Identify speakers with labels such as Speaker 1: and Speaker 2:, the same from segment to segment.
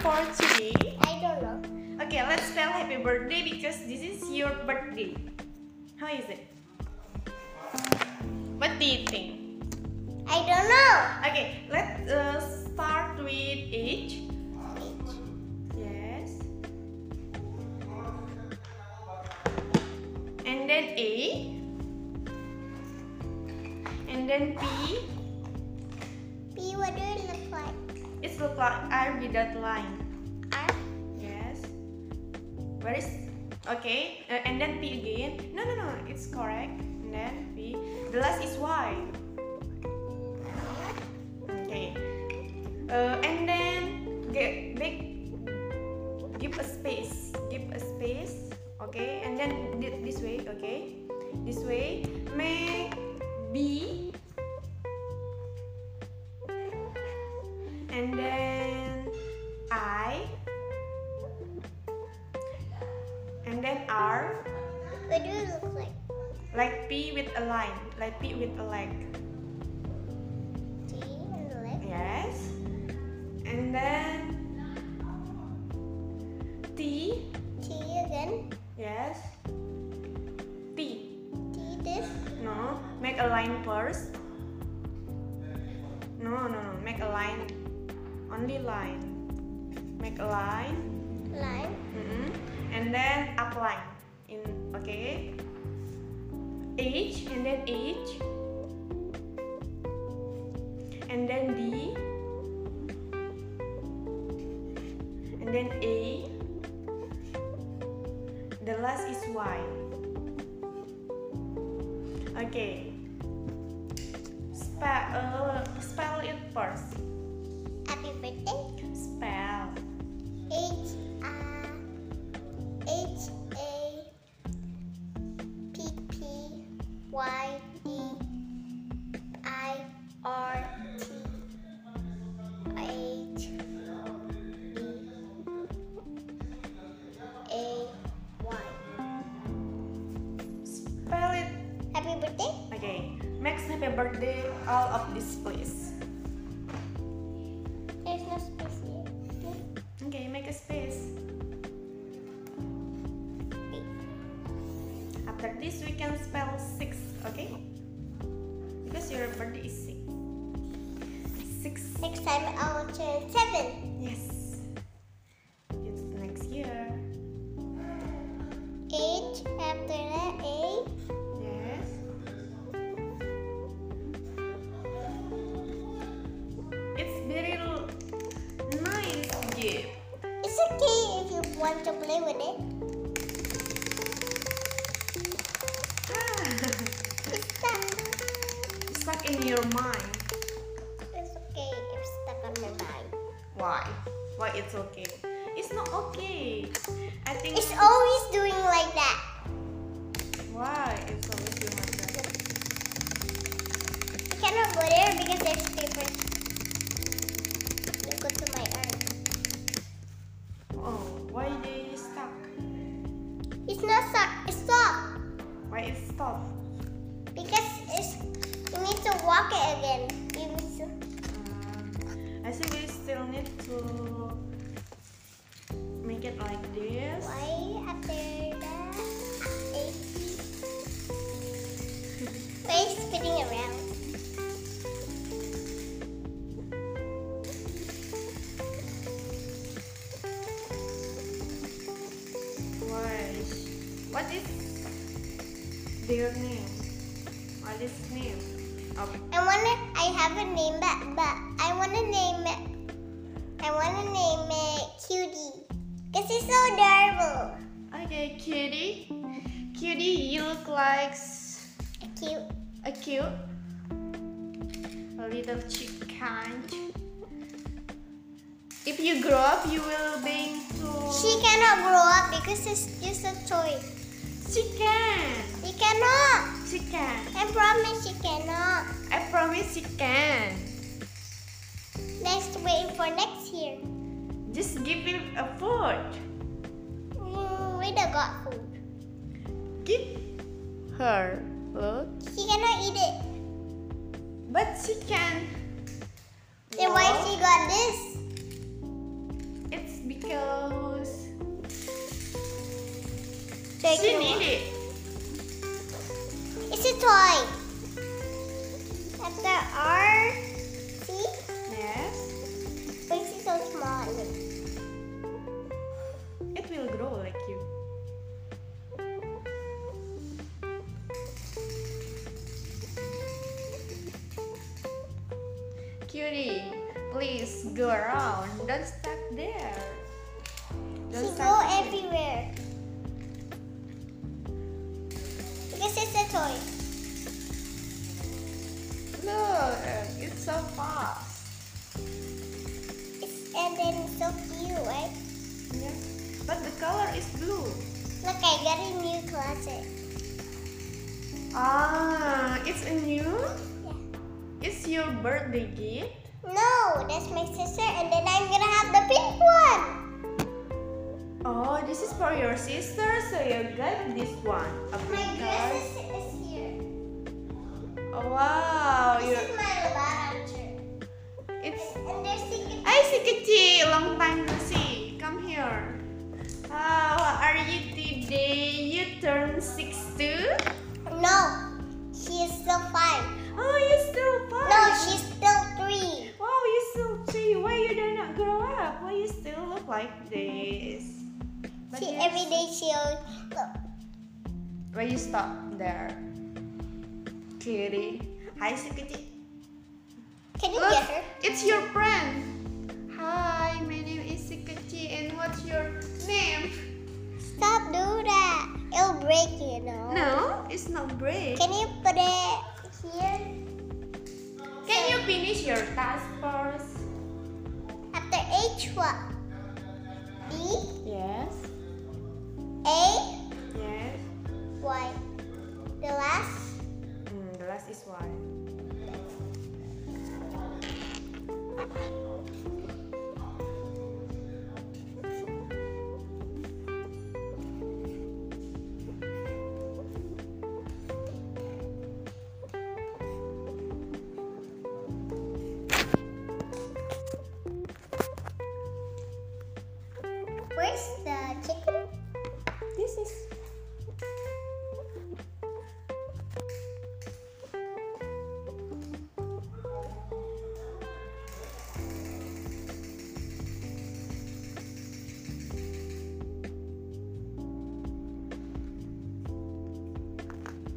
Speaker 1: for today?
Speaker 2: I don't know.
Speaker 1: Okay, let's spell happy birthday because this is your birthday. How is it? What do you think?
Speaker 2: I don't know.
Speaker 1: Okay, let's uh, start with H. Yes. And then A. And then P.
Speaker 2: P, what do you look like?
Speaker 1: It's look like R with that line.
Speaker 2: R.
Speaker 1: Yes. Where is? Okay, uh, and then P again. No, no, no, it's correct. And then P. The last is Y. Okay. Uh, and then get make give a space. Give a space. Okay, and then thi- this way. Okay, this way. Make B. And then I. And then R,
Speaker 2: What do you look like?
Speaker 1: like P with a line, like P with a leg.
Speaker 2: T and the leg.
Speaker 1: Yes. And then T,
Speaker 2: T again.
Speaker 1: yes. T,
Speaker 2: T this.
Speaker 1: no, make a line first. No, no, no, make a line, only line. Make a line,
Speaker 2: Line.
Speaker 1: mm-mm. Mm-hmm. and then up line. In okay. H and then H, and then D, and then A. The last is Y. Okay. Spell, uh, spell it first.
Speaker 2: Happy birthday.
Speaker 1: Spell.
Speaker 2: H R H A P P Y D I R T H E A Y.
Speaker 1: Spell it
Speaker 2: Happy birthday.
Speaker 1: Okay, Max happy birthday all of this place.
Speaker 2: There's no space here.
Speaker 1: Okay, make a space. After this, we can spell six, okay? Because your birthday is six. Six.
Speaker 2: Next time I will turn seven.
Speaker 1: Yes. It's next year.
Speaker 2: H after that A
Speaker 1: Yes. It's very l- nice gift.
Speaker 2: It's okay if you want to play with it. It's stuck.
Speaker 1: Stuck in your mind.
Speaker 2: It's okay if it's stuck on my mind.
Speaker 1: Why? Why it's okay? It's not okay. I think
Speaker 2: It's always doing like that.
Speaker 1: why it's always doing like that.
Speaker 2: I cannot go there because there's paper. Look to my arm.
Speaker 1: Oh, why they stuck?
Speaker 2: It's not stuck. It's stuck
Speaker 1: Why it stop?
Speaker 2: because it's. You need to walk it again. You need to.
Speaker 1: Um, I think we still need to make it like this.
Speaker 2: Why after that? Wait. Why is spinning around?
Speaker 1: Why? What is their name? What is name? Of
Speaker 2: I wanna. I have a name, but but I wanna name it. I wanna name it Cutie, cause it's so adorable.
Speaker 1: okay, cutie. Cutie, you look like s-
Speaker 2: Cute.
Speaker 1: a cute little chicken. If you grow up, you will be into
Speaker 2: She cannot grow up because it's just a toy.
Speaker 1: chicken.
Speaker 2: She cannot.
Speaker 1: Chicken.
Speaker 2: I promise she cannot.
Speaker 1: I promise you can.
Speaker 2: Let's wait for next year.
Speaker 1: Just give him a food.
Speaker 2: Mm, we don't got food.
Speaker 1: Give her look.
Speaker 2: She cannot eat it.
Speaker 1: But she can.
Speaker 2: Then why
Speaker 1: walk.
Speaker 2: she got this?
Speaker 1: It's because
Speaker 2: So I
Speaker 1: she
Speaker 2: can
Speaker 1: need
Speaker 2: walk.
Speaker 1: it.
Speaker 2: It's a toy. Letter R. See?
Speaker 1: Yes,
Speaker 2: But it's so small.
Speaker 1: it will grow like you. Cutie, please go around. Don't stuck there.
Speaker 2: She
Speaker 1: Don't
Speaker 2: go
Speaker 1: stuck there.
Speaker 2: everywhere. Because it's a toy.
Speaker 1: Look, it's so fast.
Speaker 2: It's and then it's so cute, right?
Speaker 1: Yeah. But the color is blue.
Speaker 2: Look, I got a new closet.
Speaker 1: Ah, it's a new.
Speaker 2: Yeah.
Speaker 1: It's your birthday gift.
Speaker 2: No, that's my sister, and then I'm gonna have the pink one.
Speaker 1: Oh, this is for your sister, so you got this one. A
Speaker 2: My
Speaker 1: pink
Speaker 2: dress
Speaker 1: card.
Speaker 2: is, is here.
Speaker 1: Oh, wow, you.
Speaker 2: This is my Lebaran shirt.
Speaker 1: It's.
Speaker 2: And, and there's secret.
Speaker 1: I see Kecil, long time no see. Come here. How are you today? You turn six too?
Speaker 2: No, she is still five.
Speaker 1: Oh, you still five.
Speaker 2: No, she's still three.
Speaker 1: Wow, you still three. Why you do not grow up? Why you still look like this? But
Speaker 2: She
Speaker 1: you-
Speaker 2: every day she always look.
Speaker 1: Why you stop there? Kitty. Hi, si Kitty.
Speaker 2: Can you
Speaker 1: Look,
Speaker 2: get her?
Speaker 1: it's your friend. Hi, my name is Sikachi, and what's your name?
Speaker 2: Stop do that. It'll break, you know.
Speaker 1: No, it's not break.
Speaker 2: Can you put it here?
Speaker 1: Can you finish your task first?
Speaker 2: After H what? B
Speaker 1: Yes.
Speaker 2: A
Speaker 1: Yes.
Speaker 2: Y. The last
Speaker 1: Mm, the last is why.
Speaker 2: where's the chicken?
Speaker 1: This is.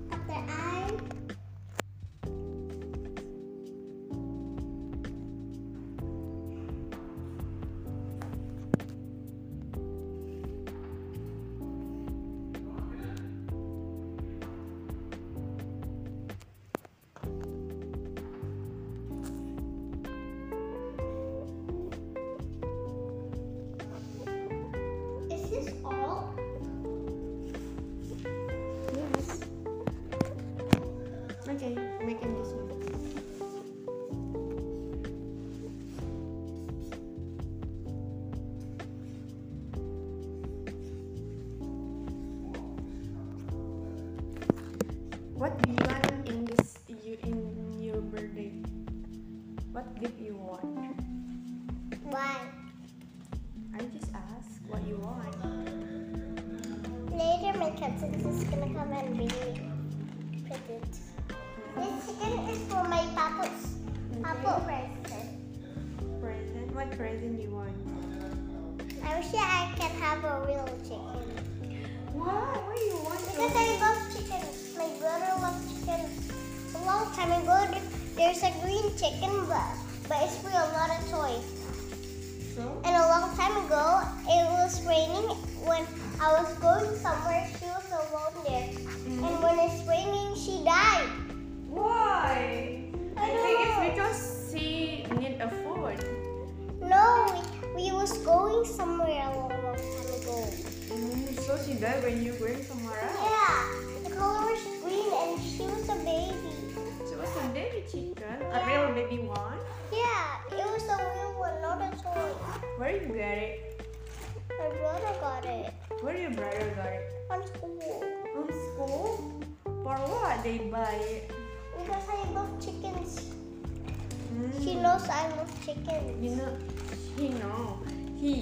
Speaker 2: After I is this all?
Speaker 1: Yes. Okay, making this one. What do you want in this you in your birthday? What gift you want?
Speaker 2: Why?
Speaker 1: I just ask what you want.
Speaker 2: Later, my cousin is gonna come and be present. This chicken is for my papa's papa present.
Speaker 1: Present? What present you want?
Speaker 2: I wish I could have a real chicken
Speaker 1: Why? Why you want
Speaker 2: because I love chicken. My brother loves chicken a long time ago. th- There's a green chicken, but but it's for a lot of toys.
Speaker 1: So?
Speaker 2: And a long time ago, it was raining when I was going somewhere. She was alone there, and when it's raining, she died.
Speaker 1: Why?
Speaker 2: I
Speaker 1: I
Speaker 2: don't
Speaker 1: think
Speaker 2: know.
Speaker 1: it's because she need a phone.
Speaker 2: No, we, we was going somewhere a long, long time ago.
Speaker 1: Mm, so she died when you went somewhere else.
Speaker 2: Yeah, the color was green and she was a baby.
Speaker 1: She was a baby chicken, a real baby one.
Speaker 2: Yeah, it was a real one, not a toy.
Speaker 1: Where you get it?
Speaker 2: My brother got it
Speaker 1: Where your brother got it?
Speaker 2: on school
Speaker 1: From school? For what they buy it?
Speaker 2: because I love chickens. She
Speaker 1: Mm.
Speaker 2: knows I love chickens.
Speaker 1: You know, he know. He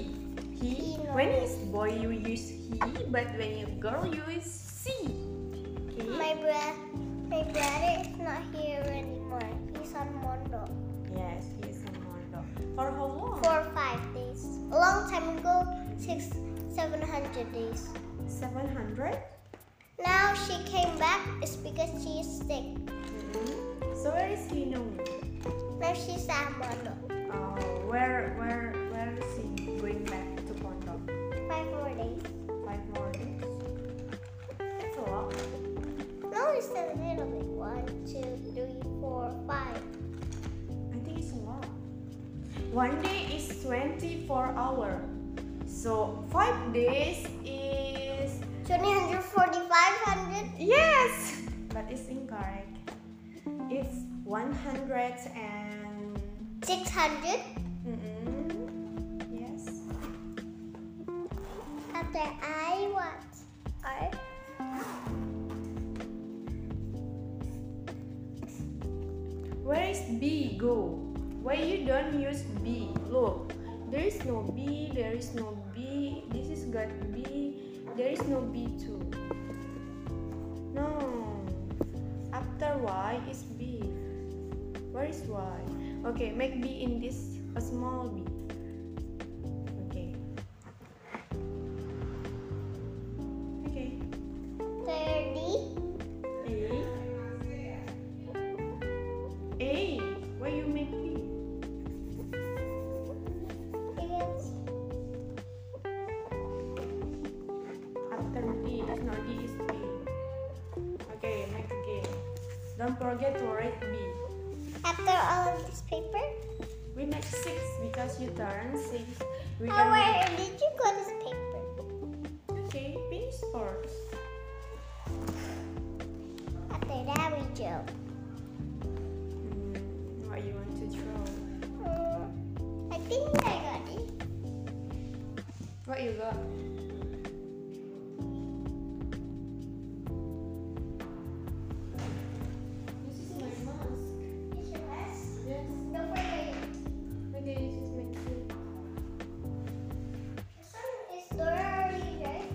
Speaker 1: he.
Speaker 2: He, no.
Speaker 1: When it's boy, you use he, but when you girl, you use she. Okay.
Speaker 2: My brother, my brother is not here anymore. He's on Mondo
Speaker 1: Yes, he is a mondo. For how long?
Speaker 2: for five days. A long time ago, six, seven hundred days.
Speaker 1: Seven hundred.
Speaker 2: Now she came back. It's because she is sick.
Speaker 1: So where is he now?
Speaker 2: Now she's at Mondo.
Speaker 1: Uh, where, where, where is he going back to Pondok?
Speaker 2: Five more days.
Speaker 1: Five more days. That's a lot.
Speaker 2: No, it's a little bit. One, two, three, four, five.
Speaker 1: I think it's a lot. One day is 24 hour. So five days is
Speaker 2: Twenty hundred forty-five hundred.
Speaker 1: yes, but it's incorrect. It's 100 and
Speaker 2: Six hundred.
Speaker 1: mm-mm, yes.
Speaker 2: After I what? I.
Speaker 1: Where is B go? Why you don't use B? Look, there is no B, there is no B. This is got B. There is no B too. No. After Y is B. Where is Y? Okay, make B in this a small B. Okay. Okay.
Speaker 2: Thirty.
Speaker 1: A. A. Why you make B?
Speaker 2: Because
Speaker 1: After D is no D is B. Okay, make again. Don't forget to write B.
Speaker 2: After all of this paper,
Speaker 1: We make six because you turn six. We can
Speaker 2: how where did you go this paper?
Speaker 1: okay, finish first.
Speaker 2: After that we draw.
Speaker 1: Hmm, what you want to draw?
Speaker 2: Hmm, I think I got it.
Speaker 1: What you got? This is my mask.
Speaker 2: Is your last?
Speaker 1: Yes.
Speaker 2: Don't forget.
Speaker 1: Okay, you just make it.
Speaker 2: This one is already dry.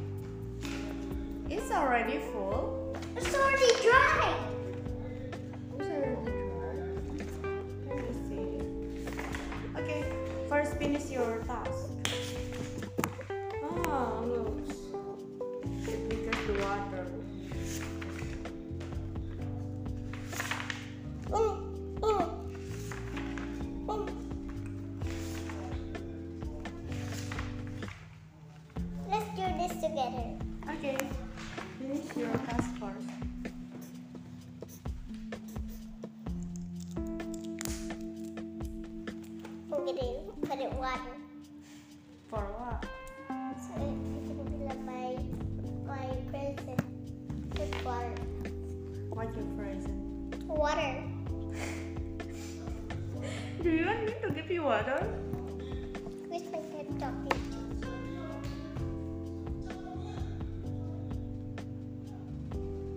Speaker 1: It's already full.
Speaker 2: It's already dry.
Speaker 1: It's already dry. Let me see. Okay, first finish your task. Oh, looks. Because the water.
Speaker 2: Mm, mm,
Speaker 1: Oh,
Speaker 2: mm. Let's do this together.
Speaker 1: Okay, finish your task first.
Speaker 2: Look at it. Put it water.
Speaker 1: For what?
Speaker 2: So it it can be like my my present. Put water.
Speaker 1: What your present?
Speaker 2: Water.
Speaker 1: Do you want me to give you water?
Speaker 2: Which one can talk to?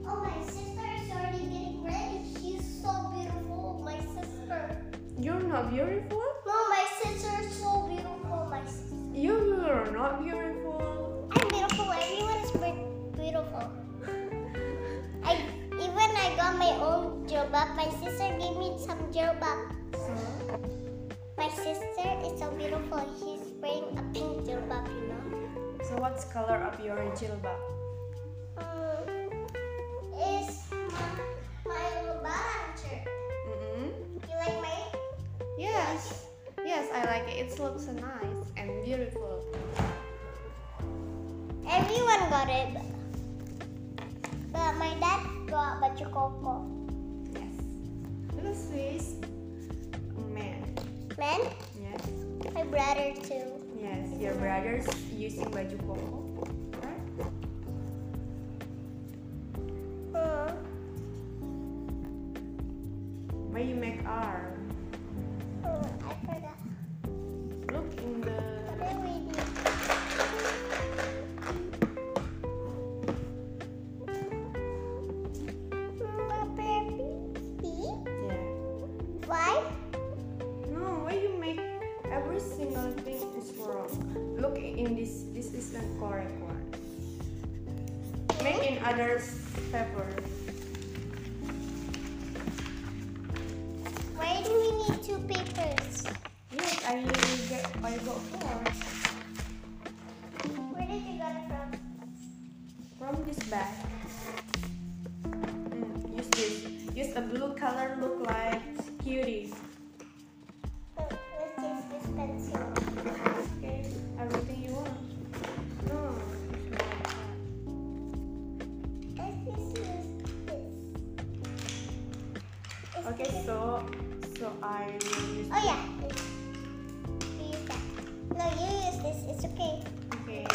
Speaker 2: Oh, my sister is already getting ready. She's so beautiful, my sister.
Speaker 1: You're not beautiful?
Speaker 2: No, my sister is so beautiful, my sister.
Speaker 1: You are not beautiful.
Speaker 2: I'm beautiful. Everyone is be- beautiful. I even I got my own jilbab. My sister gave me some jilbab.
Speaker 1: So,
Speaker 2: My sister is so beautiful. She's wearing a pink jilbab, you know.
Speaker 1: so what's color of your jilbab?
Speaker 2: Um, it's my, my lebaran shirt.
Speaker 1: Mm-hmm.
Speaker 2: You like my?
Speaker 1: Yes, yes, I like it. It looks nice and beautiful.
Speaker 2: Everyone got it. But my dad got baju koko.
Speaker 1: Yes, because he's a man.
Speaker 2: Man,
Speaker 1: Yes,
Speaker 2: my brother too.
Speaker 1: yes. Your brother's using baju koko, right?
Speaker 2: Hmm.
Speaker 1: Why you make R?
Speaker 2: Hmm, I forgot.
Speaker 1: Look in the.
Speaker 2: What did we do?
Speaker 1: Yeah.
Speaker 2: Why?
Speaker 1: No, why you make every single thing is wrong? Look in the the correct one. Make in other paper.
Speaker 2: Why do we need two papers?
Speaker 1: Yes, I get I got four
Speaker 2: Where did you get it from?
Speaker 1: from this bag. Mm, use this. Use a blue color look like cutie.
Speaker 2: Oh, let's use this pencil.
Speaker 1: Okay, everything you want. No, it's not like that.
Speaker 2: Let's just use this. Is
Speaker 1: Okay,
Speaker 2: this-
Speaker 1: so so I will use
Speaker 2: Oh yeah. You use that. No, you use this. It's okay.
Speaker 1: okay.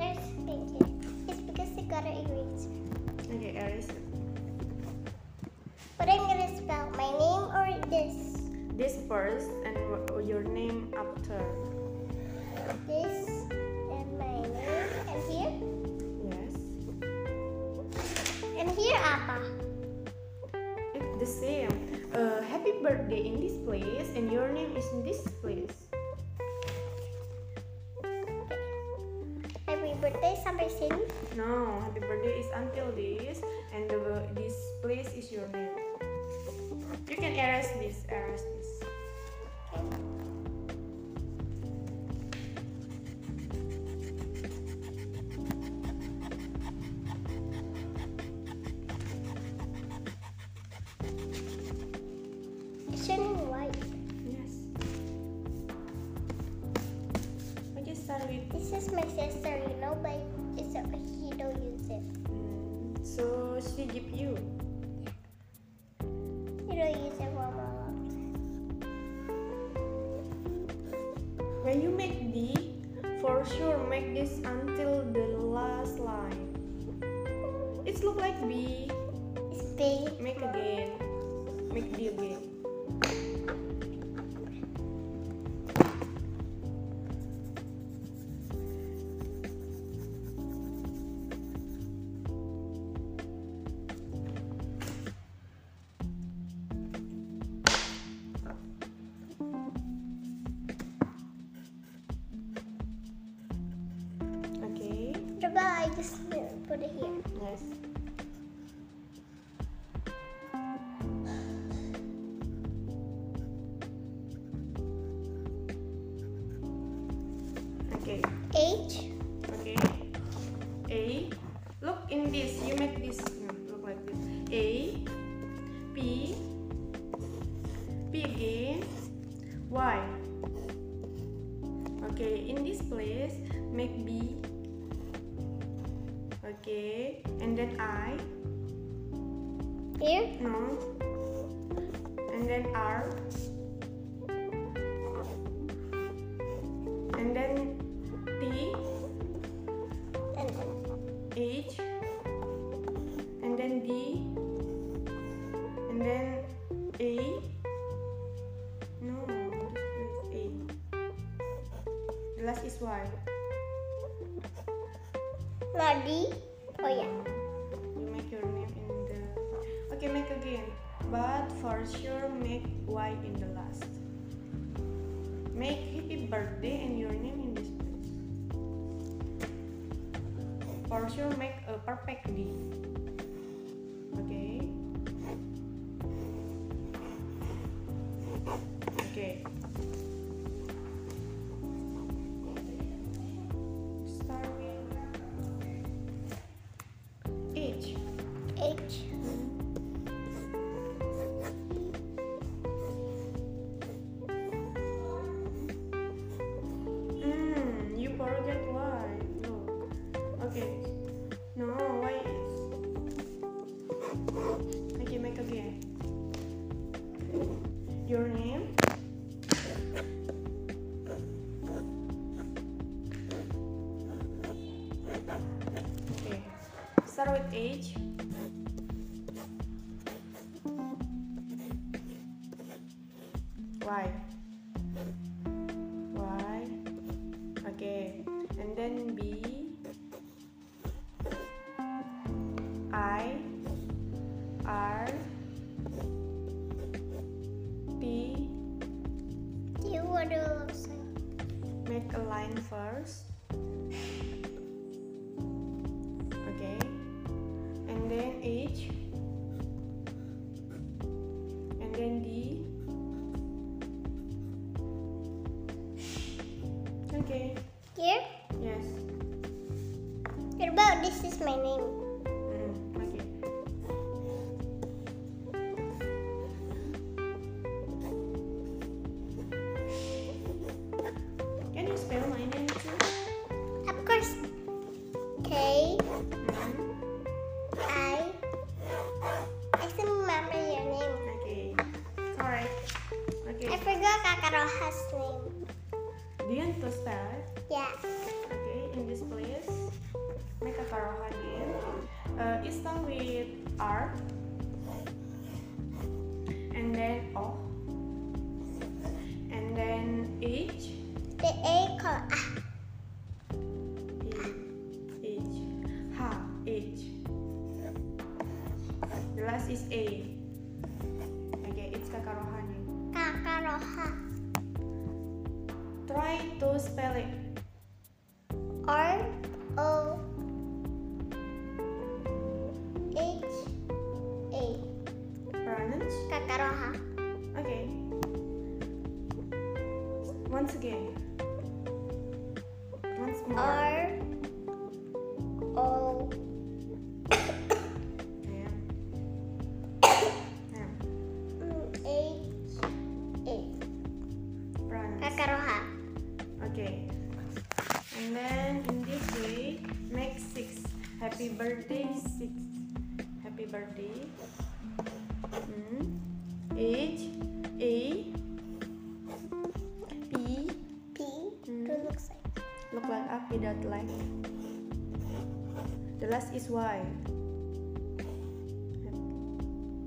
Speaker 2: There's thank you. It's because they got an erase.
Speaker 1: Okay, erase.
Speaker 2: But I'm gonna spell my name or this.
Speaker 1: This first and w- your name after.
Speaker 2: This and my name and here
Speaker 1: Yes.
Speaker 2: and here Appa.
Speaker 1: It's the same. Uh, happy birthday in this place and your name is in this place.
Speaker 2: Happy birthday sampai sini.
Speaker 1: No, happy birthday is until this and the, this place is your name. You can erase this, erase this.
Speaker 2: It's shining white.
Speaker 1: Yes. I just start with
Speaker 2: This is my sister, you know, but it's a, he don't use it.
Speaker 1: mm, so she give you.
Speaker 2: He don't use it for mom.
Speaker 1: When you make D, for sure make this until the last line. It's look like B.
Speaker 2: It's big.
Speaker 1: Make again. Make D again. Okay.
Speaker 2: What about I just put it here?
Speaker 1: Yes. Okay,
Speaker 2: H.
Speaker 1: okay. A. Look in this. You make this hmm, look like this. A. P. P again. Y. Okay, in this place, make B. Okay, and then I.
Speaker 2: Here.
Speaker 1: No. And then R. And then T,
Speaker 2: And
Speaker 1: H. And then D. And then A. No, this is A. The last is Y.
Speaker 2: not D. Oh yeah.
Speaker 1: You make your name in the. Okay, make again. But for sure, make Y in the last. Make happy birthday and your name in this place. For sure, make a perfect D. Okay. Okay. Start with H.
Speaker 2: H.
Speaker 1: Mm, you forget why. Look. Okay. No, why is. Okay, make again. Your name? Okay. Start with H. Why? Why? Okay, and then B, I, R, T,
Speaker 2: You want to listen?
Speaker 1: make a line first, H and then D okay
Speaker 2: Here?
Speaker 1: yes
Speaker 2: What about this is my name?
Speaker 1: Mm, okay can you spell my name too
Speaker 2: Of course. K
Speaker 1: Mhm.
Speaker 2: I. I still remember your name.
Speaker 1: okay correct
Speaker 2: I
Speaker 1: okay
Speaker 2: forgot Kakaroha's name.
Speaker 1: Dian to spell
Speaker 2: Yeah.
Speaker 1: Okay, in this place, make a karaoke again. Uh, it start with R, and then O, and then H,
Speaker 2: The A called Ah.
Speaker 1: H, H, H, H. The last is A. Okay, it's kakarohani.
Speaker 2: Kakaroha.
Speaker 1: Try to spell it.
Speaker 2: R O H A.
Speaker 1: Pronounce.
Speaker 2: Kakaroha.
Speaker 1: Okay. Once again. Once more.
Speaker 2: R O
Speaker 1: Yeah. Yeah.
Speaker 2: H A.
Speaker 1: Pronounce.
Speaker 2: Kakaroha.
Speaker 1: Okay. And then in this way, make six. Happy birthday six. Happy birthday. Mm. H A P
Speaker 2: P.
Speaker 1: Hmm.
Speaker 2: It looks like.
Speaker 1: look like up without like. The last is Y.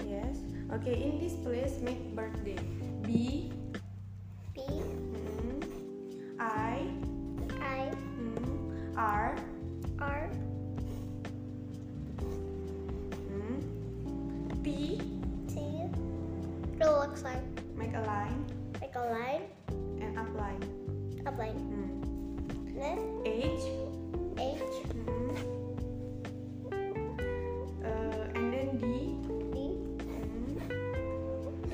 Speaker 1: Yes. Okay, in this place make birthday. B
Speaker 2: B
Speaker 1: mm, I
Speaker 2: I
Speaker 1: mm, R
Speaker 2: R
Speaker 1: mm, T
Speaker 2: T. It looks like
Speaker 1: make a line
Speaker 2: like a line.
Speaker 1: and up line.
Speaker 2: A line.
Speaker 1: Mm.
Speaker 2: Then
Speaker 1: H
Speaker 2: H
Speaker 1: mm, uh, and then D
Speaker 2: B
Speaker 1: mm,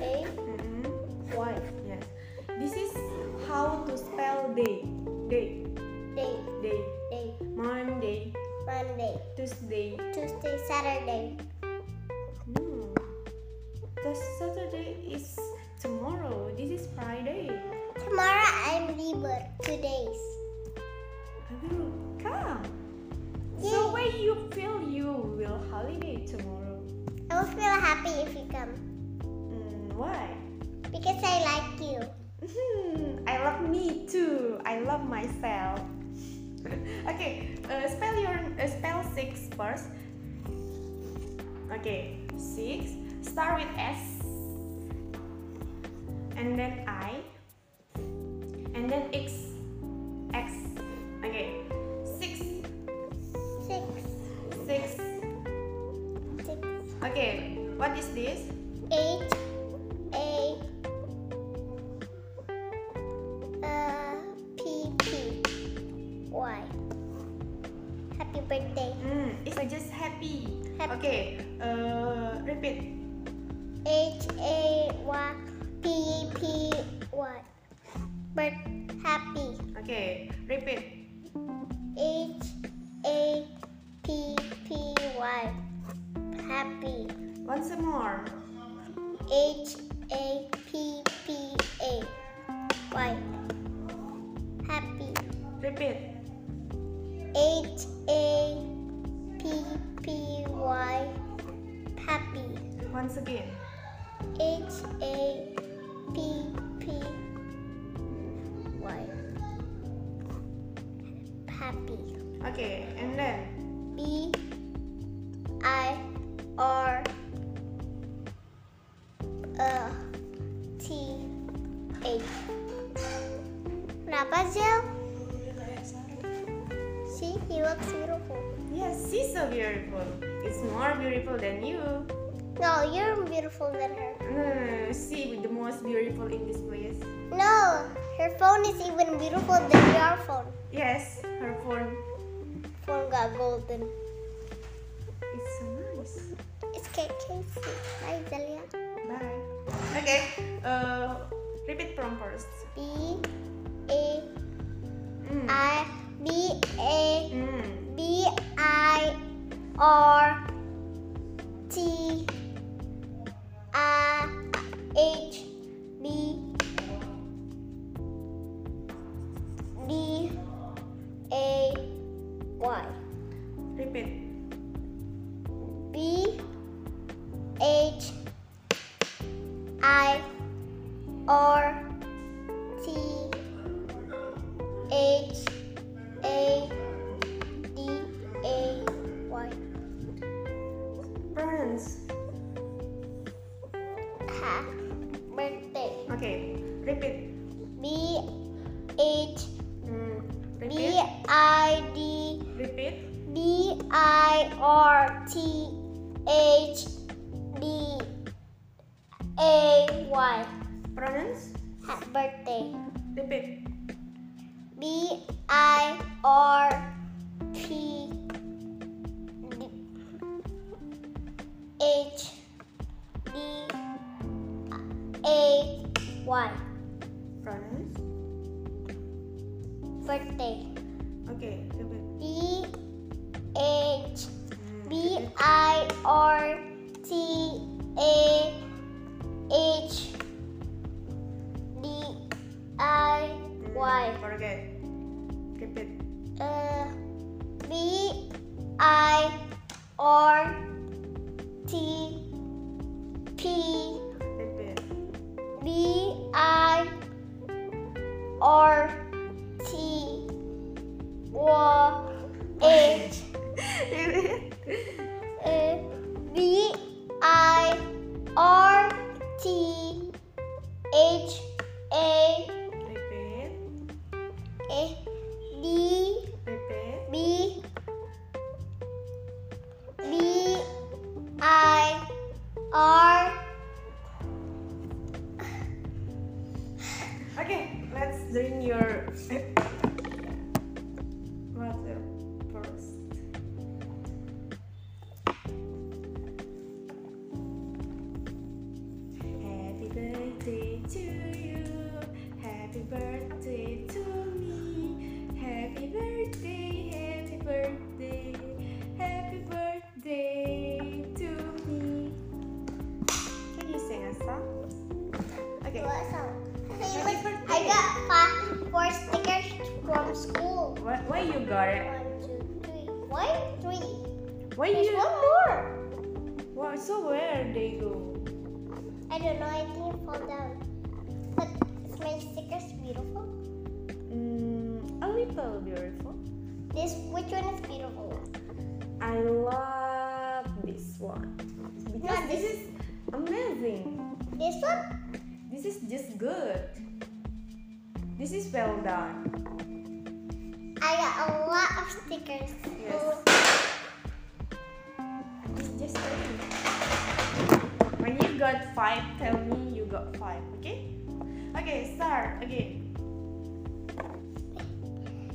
Speaker 2: E, A
Speaker 1: mm,
Speaker 2: Y.
Speaker 1: Yes. This is how to spell day. Day.
Speaker 2: Day.
Speaker 1: Day.
Speaker 2: Day.
Speaker 1: Monday.
Speaker 2: Monday.
Speaker 1: Tuesday.
Speaker 2: Tuesday. Saturday.
Speaker 1: No. The Saturday is tomorrow. This is Friday.
Speaker 2: Tomorrow I'm libre. Two days.
Speaker 1: I will come. So when you feel you will holiday tomorrow.
Speaker 2: I will feel happy if you come
Speaker 1: Mm, why?
Speaker 2: because I like you.
Speaker 1: Hmm, I love me too. I love myself. okay, uh, spell your uh, spell six first. Okay, six. Start with S, and then I, and then X, X. Okay, six,
Speaker 2: Six.
Speaker 1: six.
Speaker 2: Six.
Speaker 1: Okay, what is this?
Speaker 2: Eight. A. Uh, P. P. Y. Happy birthday.
Speaker 1: Hmm, it's just happy.
Speaker 2: Happy.
Speaker 1: Okay, uh, repeat.
Speaker 2: H A Y P P Y. Birth. Happy.
Speaker 1: Okay, repeat.
Speaker 2: H A P P Y. Happy.
Speaker 1: Once more.
Speaker 2: H A P P A Y. Happy.
Speaker 1: Repeat.
Speaker 2: H A P P Y. Happy.
Speaker 1: Once again.
Speaker 2: H A P P Y. Happy.
Speaker 1: Okay, and then
Speaker 2: B I R uh, T H. Kenapa Zil? See, he looks beautiful.
Speaker 1: yes, she's so beautiful. It's more beautiful than you.
Speaker 2: No, you're beautiful than her.
Speaker 1: No, no, no, no, she Hmm, with the most beautiful in this place.
Speaker 2: No, her phone is even beautiful than your phone.
Speaker 1: Yes, her phone
Speaker 2: Phone got golden.
Speaker 1: is so nice.
Speaker 2: Thank you. Bye, Zalia.
Speaker 1: Bye. Okay. Uh, repeat from first.
Speaker 2: B A
Speaker 1: Mm.
Speaker 2: I B A
Speaker 1: Mm.
Speaker 2: B I R T I H B D A Y
Speaker 1: Repeat.
Speaker 2: B H I R T H A D A Y
Speaker 1: Pronouns.
Speaker 2: Ha birthday
Speaker 1: Okay. Repeat.
Speaker 2: B H
Speaker 1: Mm.
Speaker 2: B
Speaker 1: Repeat.
Speaker 2: I D
Speaker 1: Repeat.
Speaker 2: B I R T H D A Y
Speaker 1: Pronouns.
Speaker 2: Happy birthday.
Speaker 1: Repeat.
Speaker 2: B I R P D- H D A Y
Speaker 1: Pronouns.
Speaker 2: birthday.
Speaker 1: Okay. Repeat.
Speaker 2: B H
Speaker 1: Mm.
Speaker 2: B I R T A H D I
Speaker 1: Mm,
Speaker 2: Y.
Speaker 1: Forget. Repeat.
Speaker 2: Uh, B I R T P
Speaker 1: Repeat.
Speaker 2: B I R T W
Speaker 1: Repeat.
Speaker 2: A uh, B I R T H A
Speaker 1: Repeat.
Speaker 2: A D
Speaker 1: Repeat.
Speaker 2: B B I R
Speaker 1: Okay, let's drink your. Water first. Happy birthday to you. Happy birthday to me. Happy birthday, happy birthday, happy birthday to me. Can you sing a song? Okay.
Speaker 2: What song?
Speaker 1: Happy birthday.
Speaker 2: I got five, four stickers from school.
Speaker 1: Why, why you got it?
Speaker 2: One, two, three. What? Three.
Speaker 1: Why
Speaker 2: There's
Speaker 1: you?
Speaker 2: one more.
Speaker 1: Why, so where they go?
Speaker 2: I don't know. I think it fell down. But is my stickers beautiful?
Speaker 1: Mm, a little beautiful.
Speaker 2: This which one is beautiful?
Speaker 1: I love this one because
Speaker 2: No,
Speaker 1: this
Speaker 2: this-
Speaker 1: is amazing.
Speaker 2: This one?
Speaker 1: This is just good. This is well done.
Speaker 2: I got a lot of stickers.
Speaker 1: Yes. It's just good. when you got five, tell me you got five. Okay. Okay, start again.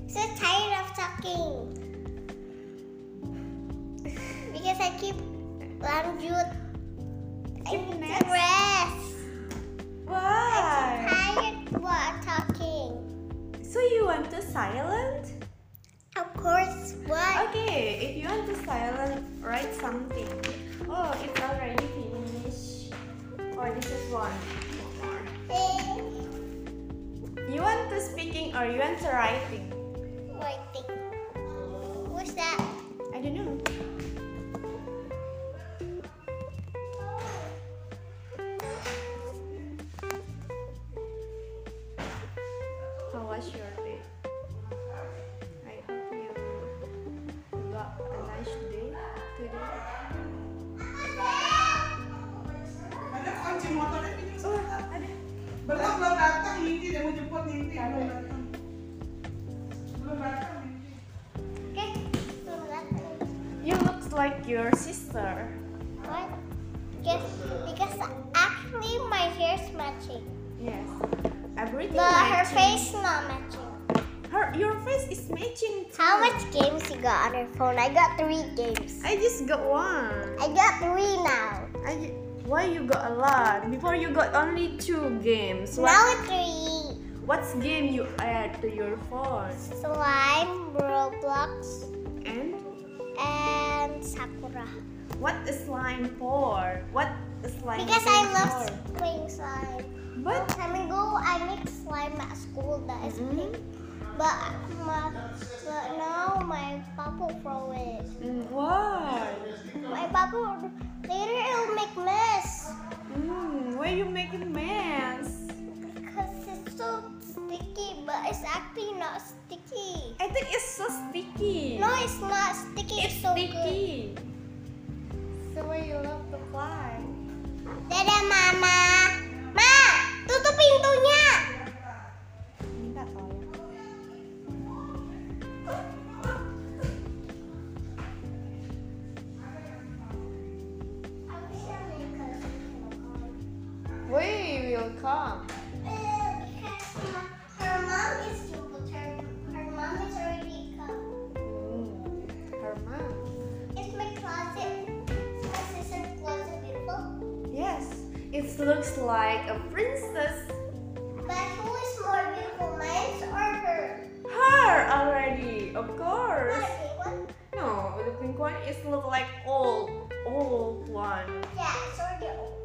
Speaker 2: So tired of talking. because I keep lanjut. I
Speaker 1: Keep
Speaker 2: need
Speaker 1: next.
Speaker 2: to rest.
Speaker 1: Why?
Speaker 2: Tired what talking.
Speaker 1: So you want to silent?
Speaker 2: Of course, what?
Speaker 1: Okay, if you want to silent, write something. Oh, it's already finished. Oh, this is one.
Speaker 2: Thing,
Speaker 1: You want to speaking or you want to writing?
Speaker 2: writing. What's that?
Speaker 1: I don't know. How was your day? I hope you got a nice day today.
Speaker 3: Ada kunci motornya pinjam
Speaker 1: Oh,
Speaker 3: sebentar.
Speaker 1: ada.
Speaker 3: Belum belum datang Ninti, dia mau jemput Ninti belum datang. Belum datang Ninti.
Speaker 2: Okay. so that's-
Speaker 1: You look like your sister.
Speaker 2: What? Because, because actually my hair's matching,
Speaker 1: Yes. Everything.
Speaker 2: but her
Speaker 1: matching.
Speaker 2: face not matching.
Speaker 1: Her, your face is matching. Too.
Speaker 2: How much games you got on your phone? I got three games.
Speaker 1: I just got one.
Speaker 2: I got three now.
Speaker 1: I, why you got a lot? Before you got only two games. What,
Speaker 2: Now three.
Speaker 1: what's game you add to your phone?
Speaker 2: Slime, Roblox,
Speaker 1: And
Speaker 2: and Sakura.
Speaker 1: what is slime for? What is slime?
Speaker 2: Because
Speaker 1: game
Speaker 2: I love
Speaker 1: for?
Speaker 2: playing slime.
Speaker 1: But
Speaker 2: Time ago, I make slime at school. That is
Speaker 1: Mhm.
Speaker 2: big. But my, but now my papa throw it.
Speaker 1: mm, why?
Speaker 2: My papa later it will make mess
Speaker 1: Mm, why you making mess?
Speaker 2: because it's so sticky. But it's actually not sticky.
Speaker 1: I think it's so sticky.
Speaker 2: No, it's not sticky. It's, so good.
Speaker 1: sticky. So why you love to fly?
Speaker 2: Dadah mama. Ma, tutup pintunya.
Speaker 1: Minta tolong. We will come.
Speaker 2: Her mom is triple turn. Her mom is already come.
Speaker 1: Mm, her mom.
Speaker 2: Is my closet, my sister's closet beautiful?
Speaker 1: Yes, it looks like a princess.
Speaker 2: But who is more beautiful, mine or her?
Speaker 1: Her already, of course.
Speaker 2: Not the one.
Speaker 1: No, the pink one is look like old, old one.
Speaker 2: Yeah, it's already old.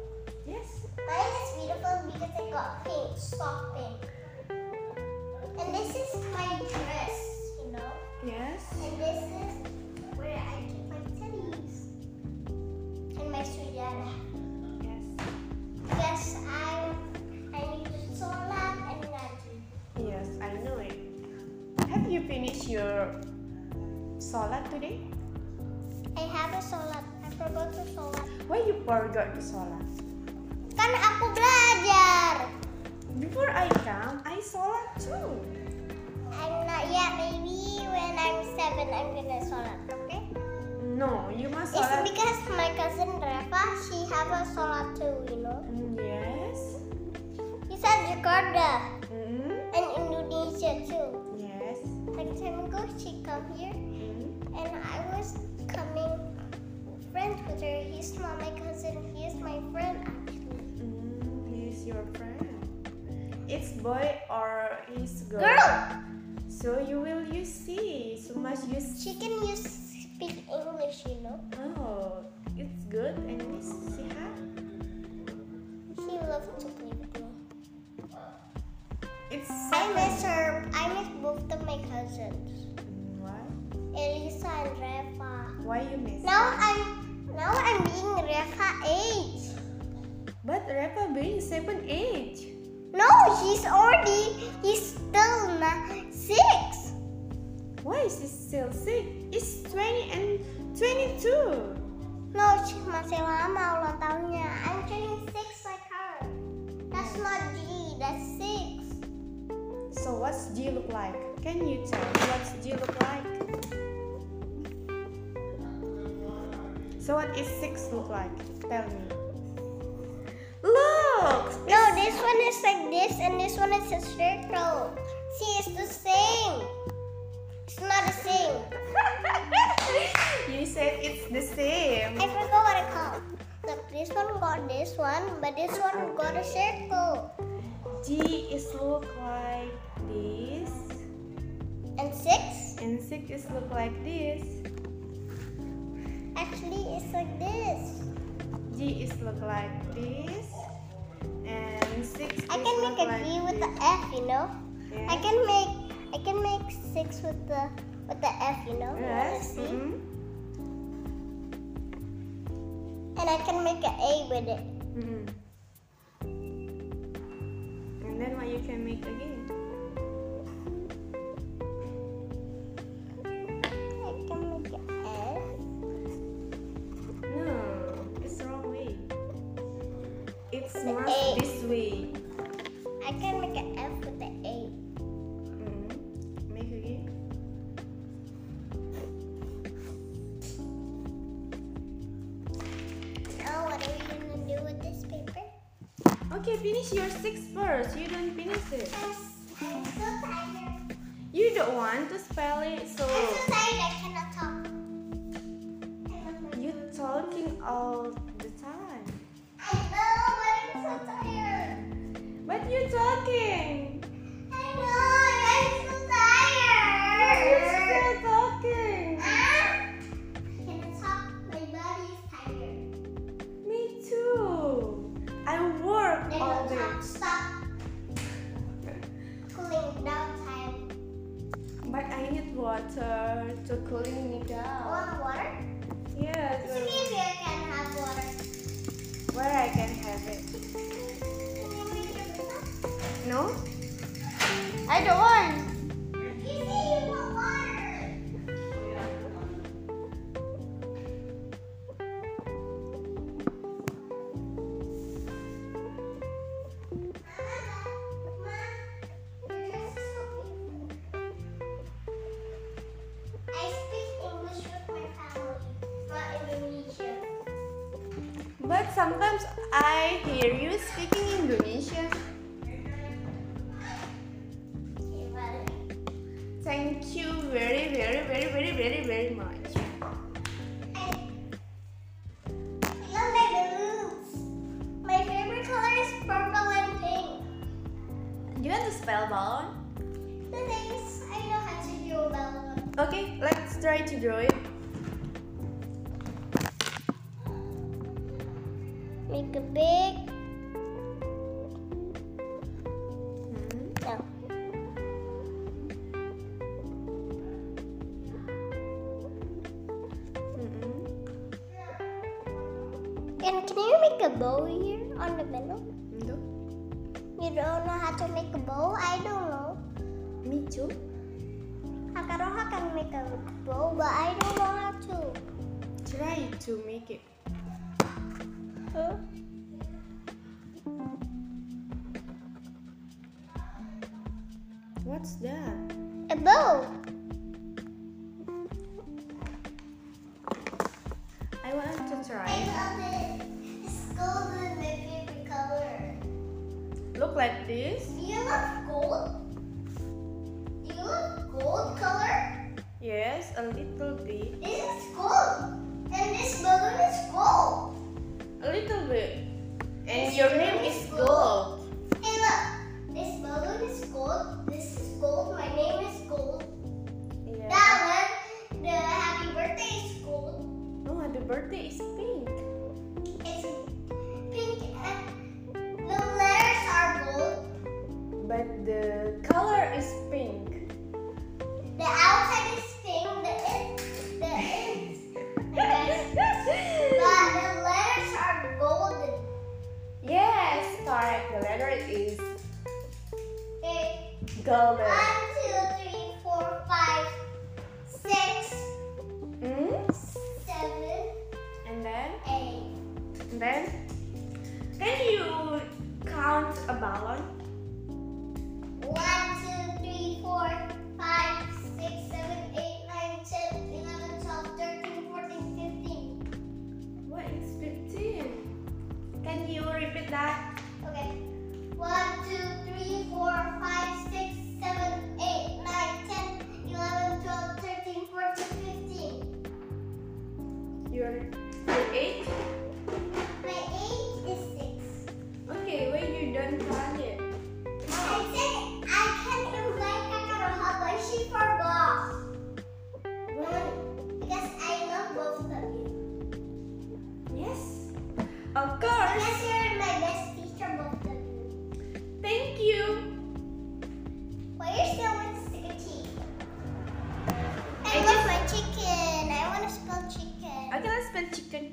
Speaker 1: Yes.
Speaker 2: Mine is beautiful because it got pink, soft pink. And this is my dress, you know.
Speaker 1: Yes.
Speaker 2: And this is where I keep my teddies and my sweater.
Speaker 1: Yes.
Speaker 2: Yes, I I need to so love and Nagi.
Speaker 1: Yes, I know it. Have you finished your salat today?
Speaker 2: I have a solat. I forgot to solat.
Speaker 1: Why you forgot the salat?
Speaker 2: Kan aku belajar.
Speaker 1: Before I come, I salat too.
Speaker 2: I'm not yet. Maybe when I'm seven, I'm gonna solat. Okay?
Speaker 1: No, you must
Speaker 2: It's
Speaker 1: salat.
Speaker 2: because my cousin Reva, she have a solat too. You know.
Speaker 1: Mm, yes.
Speaker 2: He's at Jakarta
Speaker 1: Mm,
Speaker 2: and Indonesia too.
Speaker 1: yes.
Speaker 2: Like time ago, she come here.
Speaker 1: Mm,
Speaker 2: and I was coming friends with her. He's not my cousin. He is my friend actually.
Speaker 1: mm, he's your friend. It's boy or he's girl.
Speaker 2: Girl,
Speaker 1: So you will you see. So much you see.
Speaker 2: she can use speak English, you know.
Speaker 1: Oh, it's good and this is yeah.
Speaker 2: She loves to play with me.
Speaker 1: It's
Speaker 2: I miss her. I miss both of my cousins,
Speaker 1: Mm, Why?
Speaker 2: Elisa and Refa.
Speaker 1: Why you miss?
Speaker 2: Now I'm now I'm being Refa age.
Speaker 1: But Repa being seven age.
Speaker 2: No, he's already he's still not six.
Speaker 1: Why is he still sick? It's twenty and twenty-two.
Speaker 2: No, she masih lama ulang tahunnya. I'm turning six like her. That's not G, that's six.
Speaker 1: So what's G look like? Can you tell what's G look like? So what is six look like? Tell me. Look.
Speaker 2: No, this one is like this and this one is a circle. See, it's the same. It's not the same.
Speaker 1: you said it's the same.
Speaker 2: I forgot what it called. Look, this one got this one, but this one got a circle.
Speaker 1: G is look like this,
Speaker 2: And six
Speaker 1: and six is look like this.
Speaker 2: actually is like this.
Speaker 1: G is look like this, and six.
Speaker 2: I
Speaker 1: is
Speaker 2: can
Speaker 1: look
Speaker 2: make a
Speaker 1: like
Speaker 2: G with the
Speaker 1: this.
Speaker 2: F, you know.
Speaker 1: Yeah.
Speaker 2: I can make I can make six with the with the F, you know.
Speaker 1: Yes.
Speaker 2: See?
Speaker 1: mhm,
Speaker 2: And I can make an A with it.
Speaker 1: mhm. And then what you can make again?
Speaker 2: I can make an F.
Speaker 1: No, it's wrong way. It's
Speaker 2: The
Speaker 1: must
Speaker 2: A.
Speaker 1: this way.
Speaker 2: I can make an F with the A.
Speaker 1: Mhm. Make again.
Speaker 2: Now what are you gonna do with this paper?
Speaker 1: Okay, finish your six first. You don't finish it.
Speaker 2: I'm, s- I'm so tired.
Speaker 1: You don't want to spell it, so
Speaker 2: I'm so tired I cannot talk. I love my
Speaker 1: you talking all the time. talking. You're
Speaker 2: I
Speaker 1: still talking. Me too. I work all day.
Speaker 2: Cooling down time.
Speaker 1: But I need water to cooling me down.
Speaker 2: Want water?
Speaker 1: Yes.
Speaker 2: See if you can have water.
Speaker 1: Where I can have it. No? I don't want. But sometimes I hear you speaking Indonesian. Thank you very, very, very, very, very, very much.
Speaker 2: My favorite color is purple and pink.
Speaker 1: Do you want to spell balloon?
Speaker 2: The thing is, I know how to do a balloon.
Speaker 1: Okay, let's try to draw it.
Speaker 2: Make a big
Speaker 1: Hmm.
Speaker 2: no.
Speaker 1: Mm-mm.
Speaker 2: And can you make a bow here on the middle?
Speaker 1: No.
Speaker 2: You don't know how to make a bow? I don't know.
Speaker 1: Me too.
Speaker 2: Hakaru can make a bow, but I don't know how to.
Speaker 1: Try to make it.
Speaker 2: Huh?
Speaker 1: What's that?
Speaker 2: A bow.
Speaker 1: I want to try.
Speaker 2: love it. It's golden, my favorite color.
Speaker 1: Look like this.
Speaker 2: Do you love gold? Do you love gold color?
Speaker 1: Yes, a little bit.
Speaker 2: This is gold. And this balloon is gold.
Speaker 1: A little bit. And your name is Gold.
Speaker 2: Hey, look. This balloon is gold. This is gold. My name is gold.
Speaker 1: Yeah.
Speaker 2: That one, the happy birthday is gold.
Speaker 1: Oh, happy birthday is pink.
Speaker 2: It's pink and the letters are gold.
Speaker 1: But the color is pink.
Speaker 2: The outside is pink. The in, the in. Guys, but the letters are golden.
Speaker 1: yes, correct. The letter is
Speaker 2: Okay,
Speaker 1: golden.
Speaker 2: one, two, three, four, five, six,
Speaker 1: Hmm?
Speaker 2: seven,
Speaker 1: And then,
Speaker 2: eight.
Speaker 1: and then, can you count a balloon?
Speaker 2: One, two, three, four, five, six, seven, eight, nine, ten, eleven, twelve, thirteen, fourteen, fifteen.
Speaker 1: What is 15? Can you repeat that?
Speaker 2: Okay. One, two, three, four, five, six, seven, eight, nine, ten, eleven, twelve, thirteen, fourteen, fifteen.
Speaker 1: You're, you're 8?
Speaker 2: My age is six.
Speaker 1: Okay, wait, you don't count it.
Speaker 2: I said I can invite Kakaroha, but she forgot. Because I love both of you.
Speaker 1: Yes. Of course.
Speaker 2: Because you're my best teacher, both of you.
Speaker 1: Thank you.
Speaker 2: Why you're still with stick of tea? I love my chicken. I want to spell chicken.
Speaker 1: Okay, let's spell chicken.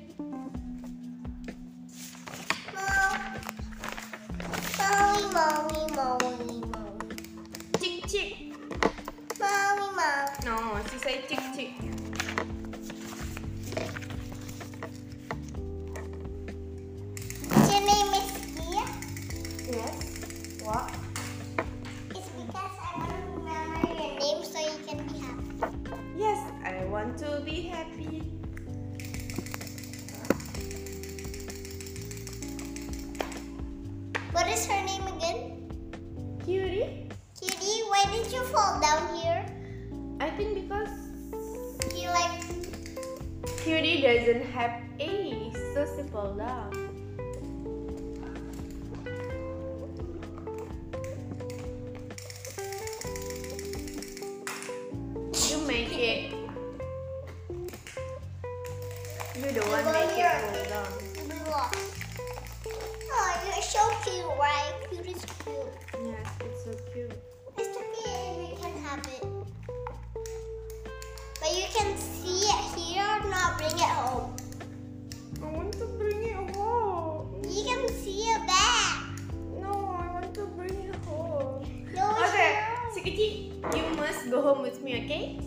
Speaker 2: Molly, Molly, Molly, Molly.
Speaker 1: Chick chick.
Speaker 2: Molly, Molly.
Speaker 1: No, she said chick chick.
Speaker 2: Your name is Gia?
Speaker 1: Yes. What?
Speaker 2: It's because I want to remember your name so you can be happy.
Speaker 1: Yes, I want to be happy.
Speaker 2: What is her name again?
Speaker 1: Cutie?
Speaker 2: Kitty, why did you fall down here?
Speaker 1: I think because
Speaker 2: You like,
Speaker 1: Cutie doesn't have A, so simple down.
Speaker 2: Oh, so cute, right? Cute is cute.
Speaker 1: Yes, it's so cute.
Speaker 2: It's okay, we can have it. But you can see it here, not bring it home.
Speaker 1: I want to bring it home.
Speaker 2: You can see it back.
Speaker 1: No, I want to bring it home.
Speaker 2: No, it's
Speaker 1: Okay, Sikichi, you must go home with me, okay?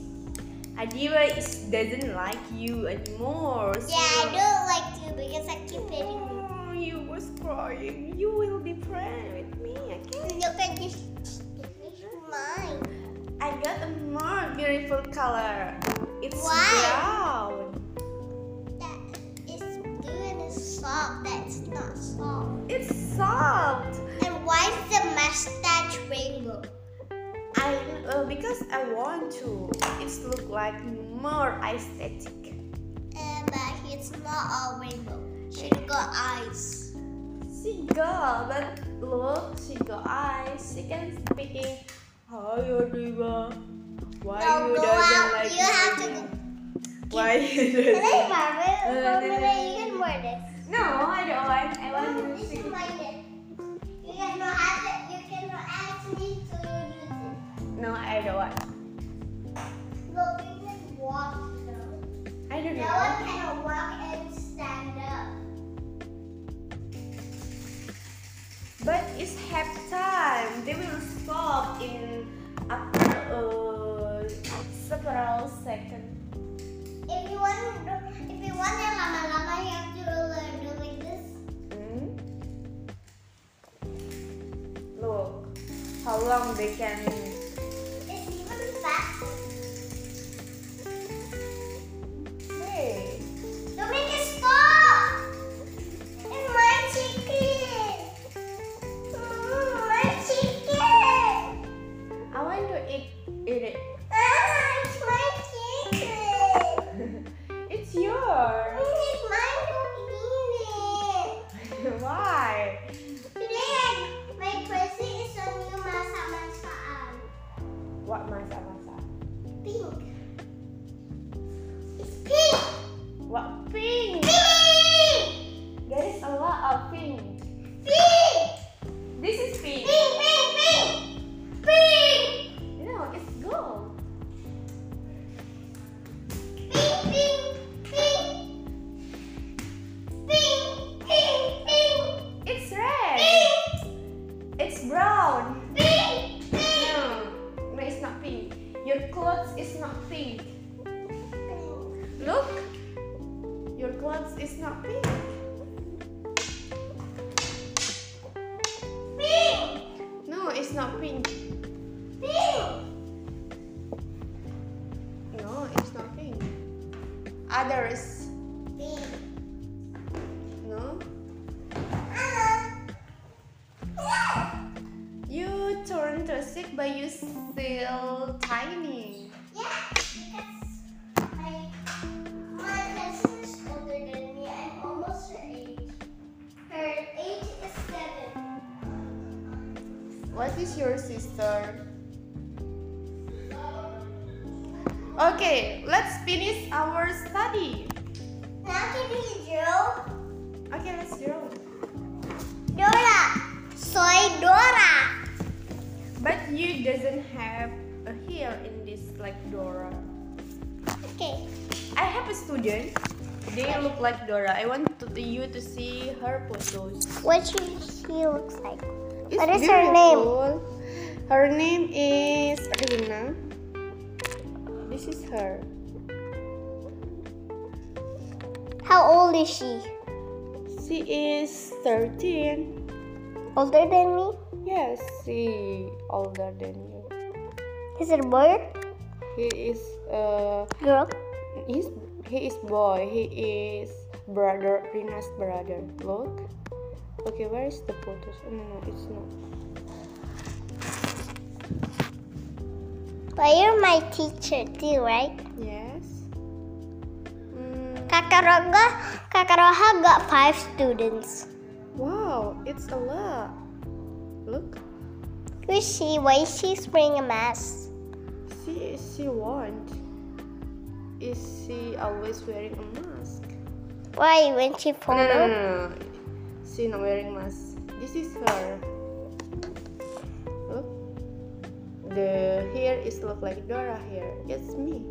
Speaker 1: Adiba is, doesn't like you anymore. so-
Speaker 2: Yeah, I don't like you because I keep hitting you.
Speaker 1: Oh, you was crying. You will be praying with me, okay?
Speaker 2: Look at this. This is mine.
Speaker 1: I got a more beautiful color. It's
Speaker 2: Why?
Speaker 1: brown.
Speaker 2: That is blue and it's soft. That's not soft.
Speaker 1: It's soft.
Speaker 2: And why is the mustache rainbow?
Speaker 1: I uh, because I want to. It's look like more aesthetic.
Speaker 2: Uh, but it's not all rainbow. She got eyes.
Speaker 1: She got but look, she got eyes. She can speaking. Hi, Oliva. Why
Speaker 2: Don't
Speaker 1: you
Speaker 2: go
Speaker 1: doesn't
Speaker 2: out.
Speaker 1: like
Speaker 2: you have to.
Speaker 1: me? Why you
Speaker 2: Today,
Speaker 1: doesn't?
Speaker 2: Mama,
Speaker 1: Uh,
Speaker 2: Mama, you can wear this.
Speaker 1: No, I don't. want. I
Speaker 2: No,
Speaker 1: want to
Speaker 2: this
Speaker 1: see.
Speaker 2: is mine. You cannot have it. You cannot ask me to use it.
Speaker 1: No, I don't want.
Speaker 2: Look, you can walk though.
Speaker 1: I don't
Speaker 2: No
Speaker 1: know.
Speaker 2: one can walk and stand up.
Speaker 1: But it's half time. They will stop in after uh, several seconds.
Speaker 2: If you want to, if you want to lama-lama, you have to learn doing this.
Speaker 1: Hmm? Look how long they can.
Speaker 2: It's even fast.
Speaker 1: Hey,
Speaker 2: Don't make it stop. It's my chicken. Mm, my chicken.
Speaker 1: I want to eat eat it.
Speaker 2: Ah, it's my chicken.
Speaker 1: it's yours.
Speaker 2: It's mine to eat it.
Speaker 1: Why?
Speaker 2: Today, I- my present is a new masak-masakan.
Speaker 1: What masak masak?
Speaker 2: Pink. It's pink.
Speaker 1: What pink?
Speaker 2: Pink.
Speaker 1: There is a lot of pink.
Speaker 2: Pink.
Speaker 1: This is pink.
Speaker 2: Pink, pink, pink. Pink.
Speaker 1: No, it's gold.
Speaker 2: Pink, pink, pink. Pink, pink, pink.
Speaker 1: It's red.
Speaker 2: Pink,
Speaker 1: It's brown.
Speaker 2: pink, pink.
Speaker 1: No, no, it's not pink. Your clothes is not pink. Look, your clothes is not pink.
Speaker 2: Pink,
Speaker 1: No, it's not pink.
Speaker 2: pink.
Speaker 1: No, it's not pink. Others,
Speaker 2: Pink.
Speaker 1: no.
Speaker 2: Hello. Yeah.
Speaker 1: You turn to sick, but you still tiny.
Speaker 2: Yeah, because my my cousin is older than me. I'm almost her age. Her age is seven.
Speaker 1: What is your sister? Okay, let's finish our study.
Speaker 2: Now can you draw?
Speaker 1: Okay, let's draw.
Speaker 2: Dora. Soy Dora.
Speaker 1: But you doesn't have a hair in this like Dora.
Speaker 2: Okay.
Speaker 1: I have a student. They look like Dora. I want to, you to see her photos.
Speaker 2: What she, she looks like?
Speaker 1: It's
Speaker 2: What is her name?
Speaker 1: beautiful. Her name is Rina. This is her.
Speaker 2: How old is she?
Speaker 1: She is 13.
Speaker 2: Older than me?
Speaker 1: Yes, she older than you.
Speaker 2: Is it a boy? or
Speaker 1: He is uh
Speaker 2: Girl?
Speaker 1: he's he is boy. He is brother Rina's brother. Look. Okay, where is the photos? Oh, no, no, it's not.
Speaker 2: But you're my teacher too, right?
Speaker 1: Yes. Mm,
Speaker 2: Kakaroga, Kakaroha got five students.
Speaker 1: wow, it's a lot. Look,
Speaker 2: Who is she? Why is she wearing a mask?
Speaker 1: she she want. Is she always wearing a mask?
Speaker 2: Why when she
Speaker 1: No, no,
Speaker 2: phoned
Speaker 1: no,
Speaker 2: out?
Speaker 4: Mm.
Speaker 1: no, no. She not wearing mask.
Speaker 4: This is her. Look. The hair is look like Dora hair. It's me.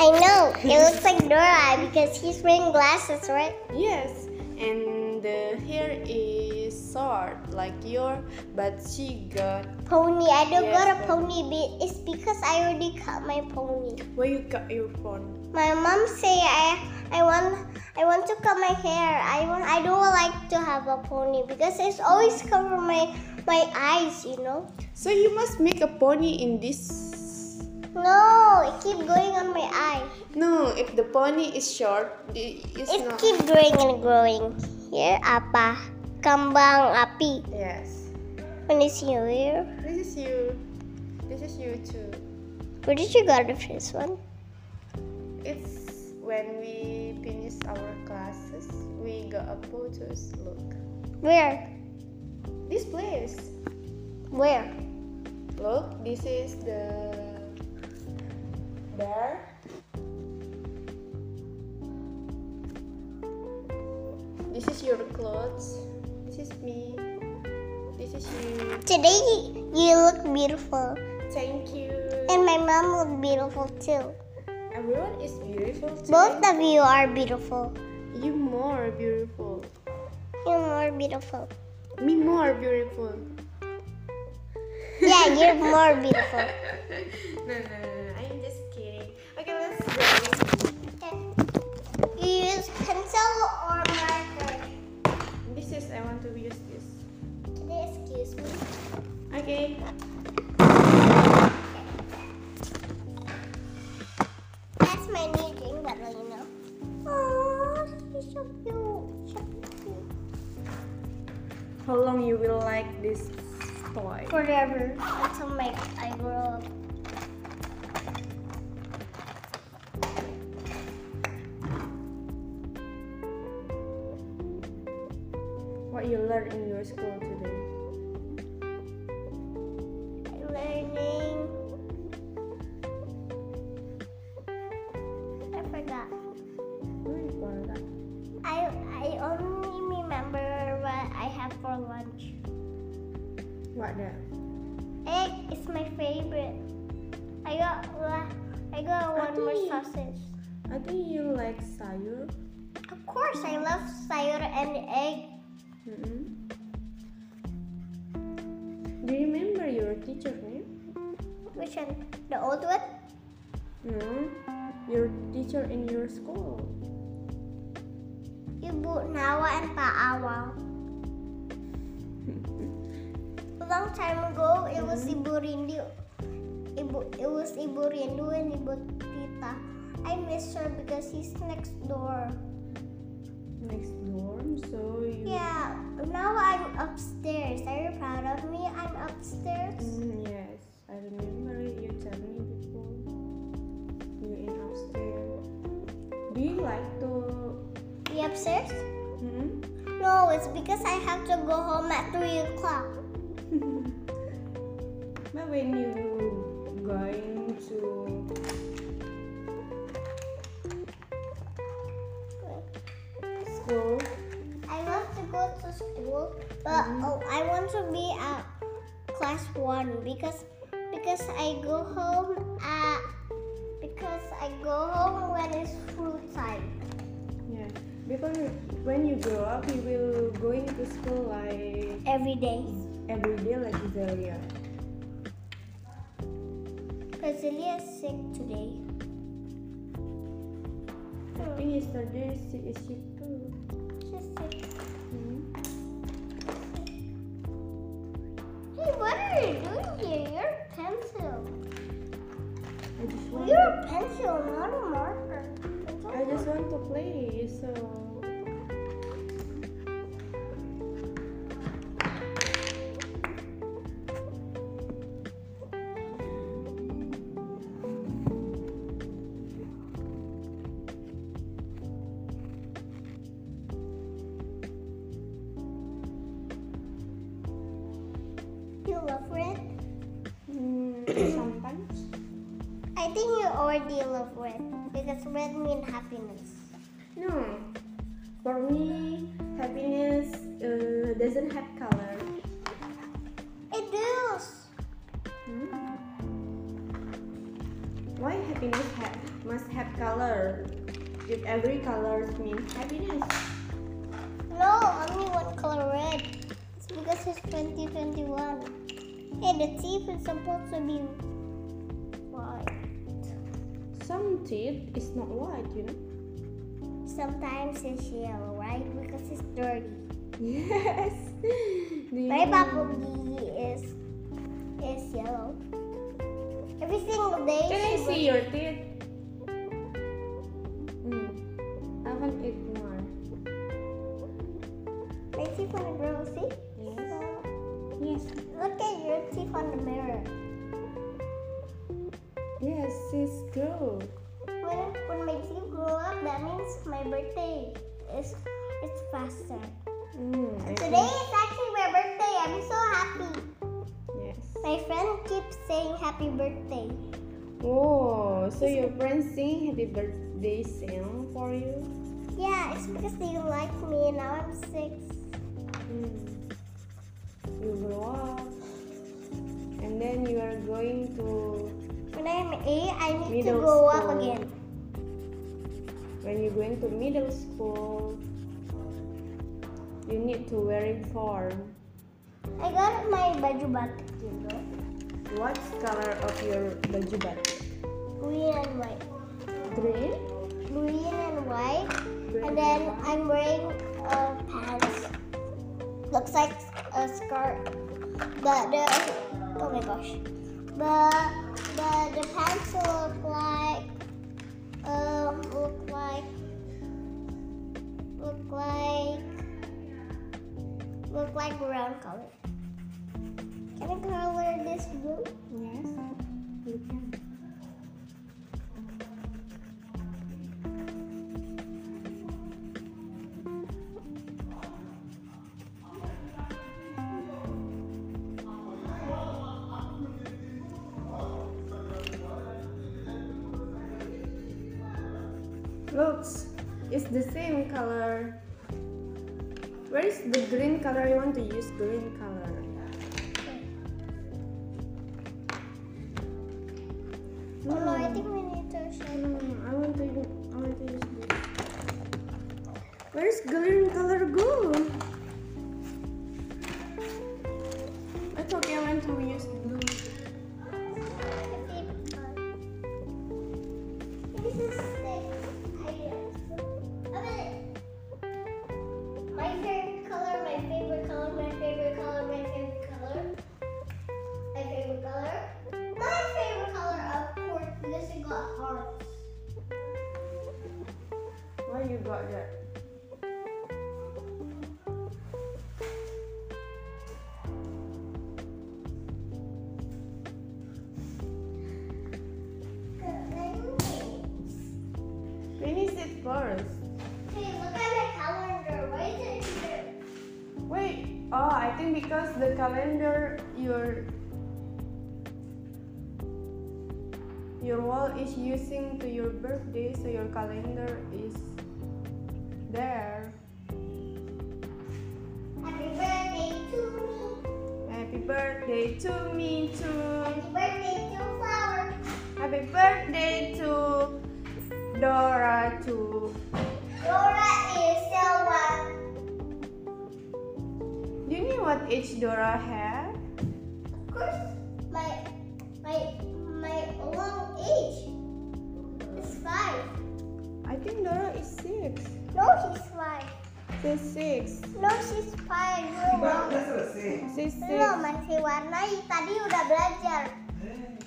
Speaker 2: I know. It looks like Dora because he's wearing glasses, right?
Speaker 4: Yes, and the hair is short like your, but she got
Speaker 2: Pony. I don't
Speaker 4: Yes,
Speaker 2: got a
Speaker 4: but-
Speaker 2: pony. be- It's because I already cut my pony.
Speaker 4: where you got your phone.
Speaker 2: My mom say I I want I want to cut my hair. I want I don't like to have a pony because it's always cover my my eyes, you know.
Speaker 4: So you must make a pony in this.
Speaker 2: No, it keep going on my eye.
Speaker 4: No, if the pony is short, i- it's
Speaker 2: It
Speaker 4: not.
Speaker 2: keep growing and growing. Here apa? Kambang api.
Speaker 4: Yes,
Speaker 2: When is you here?
Speaker 4: this is you. This is you too.
Speaker 2: Where did you get the first one?
Speaker 4: It's when we finish our classes, we got a photos look.
Speaker 2: Where?
Speaker 4: This place.
Speaker 2: Where?
Speaker 4: Look, this is the bear. This is your clothes. This is me. This is you.
Speaker 2: Today you look beautiful,
Speaker 4: Thank you.
Speaker 2: and my mom look beautiful too.
Speaker 4: Everyone is beautiful. Today.
Speaker 2: Both of you are beautiful.
Speaker 4: You more beautiful.
Speaker 2: You're more beautiful.
Speaker 4: Me more beautiful.
Speaker 2: Yeah, you're more beautiful.
Speaker 1: No, no, no, no. I'm just kidding. Okay, let's go.
Speaker 2: You use pencil or marker?
Speaker 1: This is I want to use this.
Speaker 2: Can you excuse me?
Speaker 1: Okay.
Speaker 2: That's my new drink bottle, you know. Aww, she's so cute. So cute.
Speaker 1: How long you will like this toy?
Speaker 2: Forever. Until my I grow up.
Speaker 1: What you learn in your school today?
Speaker 2: Learning. I forgot.
Speaker 1: Really forgot.
Speaker 2: I I only remember what I have for lunch.
Speaker 1: What that?
Speaker 2: Egg is my favorite. I got one- I got one more
Speaker 1: Adi.
Speaker 2: sausage.
Speaker 1: I think you like sayur.
Speaker 2: Of course, I love sayur and egg.
Speaker 1: Mm-hmm. Do you remember your teacher name?
Speaker 2: Which one? The old one?
Speaker 1: No. Your teacher in your school.
Speaker 2: Ibu Nawa and Pa Awal. A long time ago, it was Ibu Rindu. Ibu, it was Ibu Rindu and Ibu Tita. I miss her because she's next door.
Speaker 1: Next dorm, so you.
Speaker 2: Yeah, now I'm upstairs. Are you proud of me? I'm upstairs.
Speaker 1: Mm, yes, I remember you tell me before. You in upstairs. Do you like to?
Speaker 2: You upstairs?
Speaker 1: Hmm?
Speaker 2: No, it's because I have to go home at 3 o'clock.
Speaker 1: But when you going to school,
Speaker 2: I love to go to school, but
Speaker 1: Mm-hmm.
Speaker 2: oh, I want to be at class 1 because because I go home at because I go home when it's fruit time.
Speaker 1: yeah. Because when you grow up, you will going to school like
Speaker 2: Every day.
Speaker 1: every day like Zelia.
Speaker 2: Priscilla is sick today.
Speaker 1: I think yesterday she is sick too.
Speaker 2: She's sick.
Speaker 1: Hmm?
Speaker 2: Hey, what are you doing here? You're a pencil.
Speaker 1: I just want.
Speaker 2: You're a pencil, not a marker.
Speaker 1: I just want to play. So
Speaker 2: You love red?
Speaker 1: mm, sometimes.
Speaker 2: I think you already love red because red means happiness.
Speaker 1: No. For me, happiness uh, doesn't have color.
Speaker 2: It is.
Speaker 1: Hmm? Why happiness ha- must have color? If every color means happiness.
Speaker 2: No, only one color red. It's because it's 2021. Hey, the teeth is supposed to be white.
Speaker 1: Some teeth is not white, you know.
Speaker 2: Sometimes it's yellow, right? Because it's dirty.
Speaker 1: Yes. Do you
Speaker 2: My
Speaker 1: know-
Speaker 2: bubble gigi is is yellow. Every single day.
Speaker 1: Can I
Speaker 2: she
Speaker 1: see your teeth? Hmm. I want it more.
Speaker 2: was- My teeth on the girl, see?
Speaker 1: Yes. Yes.
Speaker 2: Look at your teeth on the mirror.
Speaker 1: Yes, it's good.
Speaker 2: When when my teeth grow up, that means my birthday is it's faster.
Speaker 1: Mm, I
Speaker 2: Today is actually my birthday. I'm so happy.
Speaker 1: think- Yes.
Speaker 2: My friend keeps saying happy birthday.
Speaker 1: Oh, so your friends sing happy birthday song for you?
Speaker 2: Yeah, it's because they like me and now I'm six.
Speaker 1: Mm. You grow up, and then you are going to
Speaker 2: When I'm eight, I need
Speaker 1: Middle
Speaker 2: to grow up
Speaker 1: school.
Speaker 2: again.
Speaker 1: when you're going to middle school. You need to wear uniform.
Speaker 2: I got my baju batik, you know,
Speaker 1: What color of your baju batik?
Speaker 2: green and white.
Speaker 1: Green.
Speaker 2: Green and white,
Speaker 1: Green
Speaker 2: and then I'm wearing uh, pants. Looks like a skirt, but the oh my gosh, the the the pants look like um look like look like look like brown color. Can I color this blue?
Speaker 1: Yes. You can. Looks, it's the same color. Where is the green color? You want to use green color.
Speaker 2: Oh no,
Speaker 1: Mm.
Speaker 2: I think we need to shine.
Speaker 1: No, I want to use, I want to use this. Where's green color go? It's okay, I want to use blue.
Speaker 2: This is six. I guess. Okay. My favorite color, my favorite color, my favorite color, my favorite color. My favorite color. My favorite color, of course, because it got hearts.
Speaker 1: Why you got that? Finish it first.
Speaker 2: Hey, look at my calendar. Why is it here?
Speaker 1: Wait, oh, I think because the calendar, your your wall is using to your birthday, so your calendar is there.
Speaker 2: Happy birthday to me.
Speaker 1: Happy birthday to me too.
Speaker 2: Happy birthday to Flower.
Speaker 1: Happy birthday to Dora too.
Speaker 2: Dora is Selma.
Speaker 1: Do you know what age Dora have?
Speaker 2: Of course, my my my long age is five.
Speaker 1: I think Dora is six.
Speaker 2: No, she's five.
Speaker 1: She's six.
Speaker 2: No, she's five. You're
Speaker 3: Baru
Speaker 2: wrong.
Speaker 3: Oh, udah selesai.
Speaker 1: She's
Speaker 2: No,
Speaker 1: six.
Speaker 2: masih warnai. Tadi udah belajar.
Speaker 3: Eh,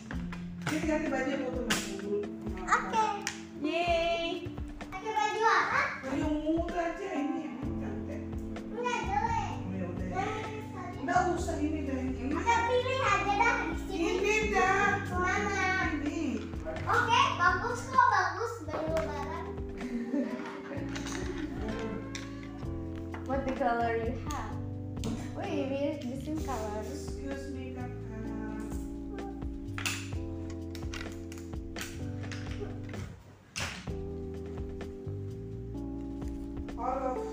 Speaker 3: Ini ganti baju aku tuh masih dulu.
Speaker 2: Oke,
Speaker 1: Yay!
Speaker 2: pakai baju apa?
Speaker 3: Ayo muda aja ini. Cantik.
Speaker 2: Enggak jelek.
Speaker 3: Ya udah.
Speaker 2: Jangan sekali.
Speaker 3: Nggak usah ini dah ini.
Speaker 2: Ada pilih aja dah di sini.
Speaker 3: Ini dah.
Speaker 2: Kemana?
Speaker 3: Ini.
Speaker 2: Oke, bagus kok bagus baru lebaran.
Speaker 1: What the color you have? Wait, we have the same color.
Speaker 3: Excuse me kakak. All of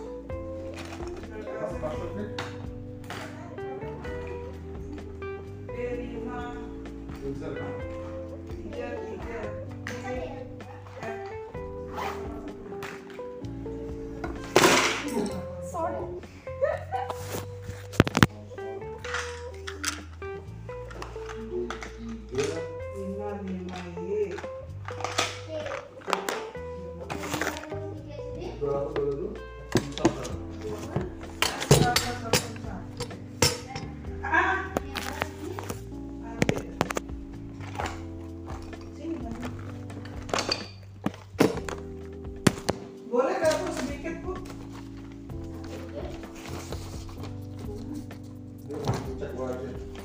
Speaker 3: your cousins.
Speaker 5: cek gua aja
Speaker 2: ya?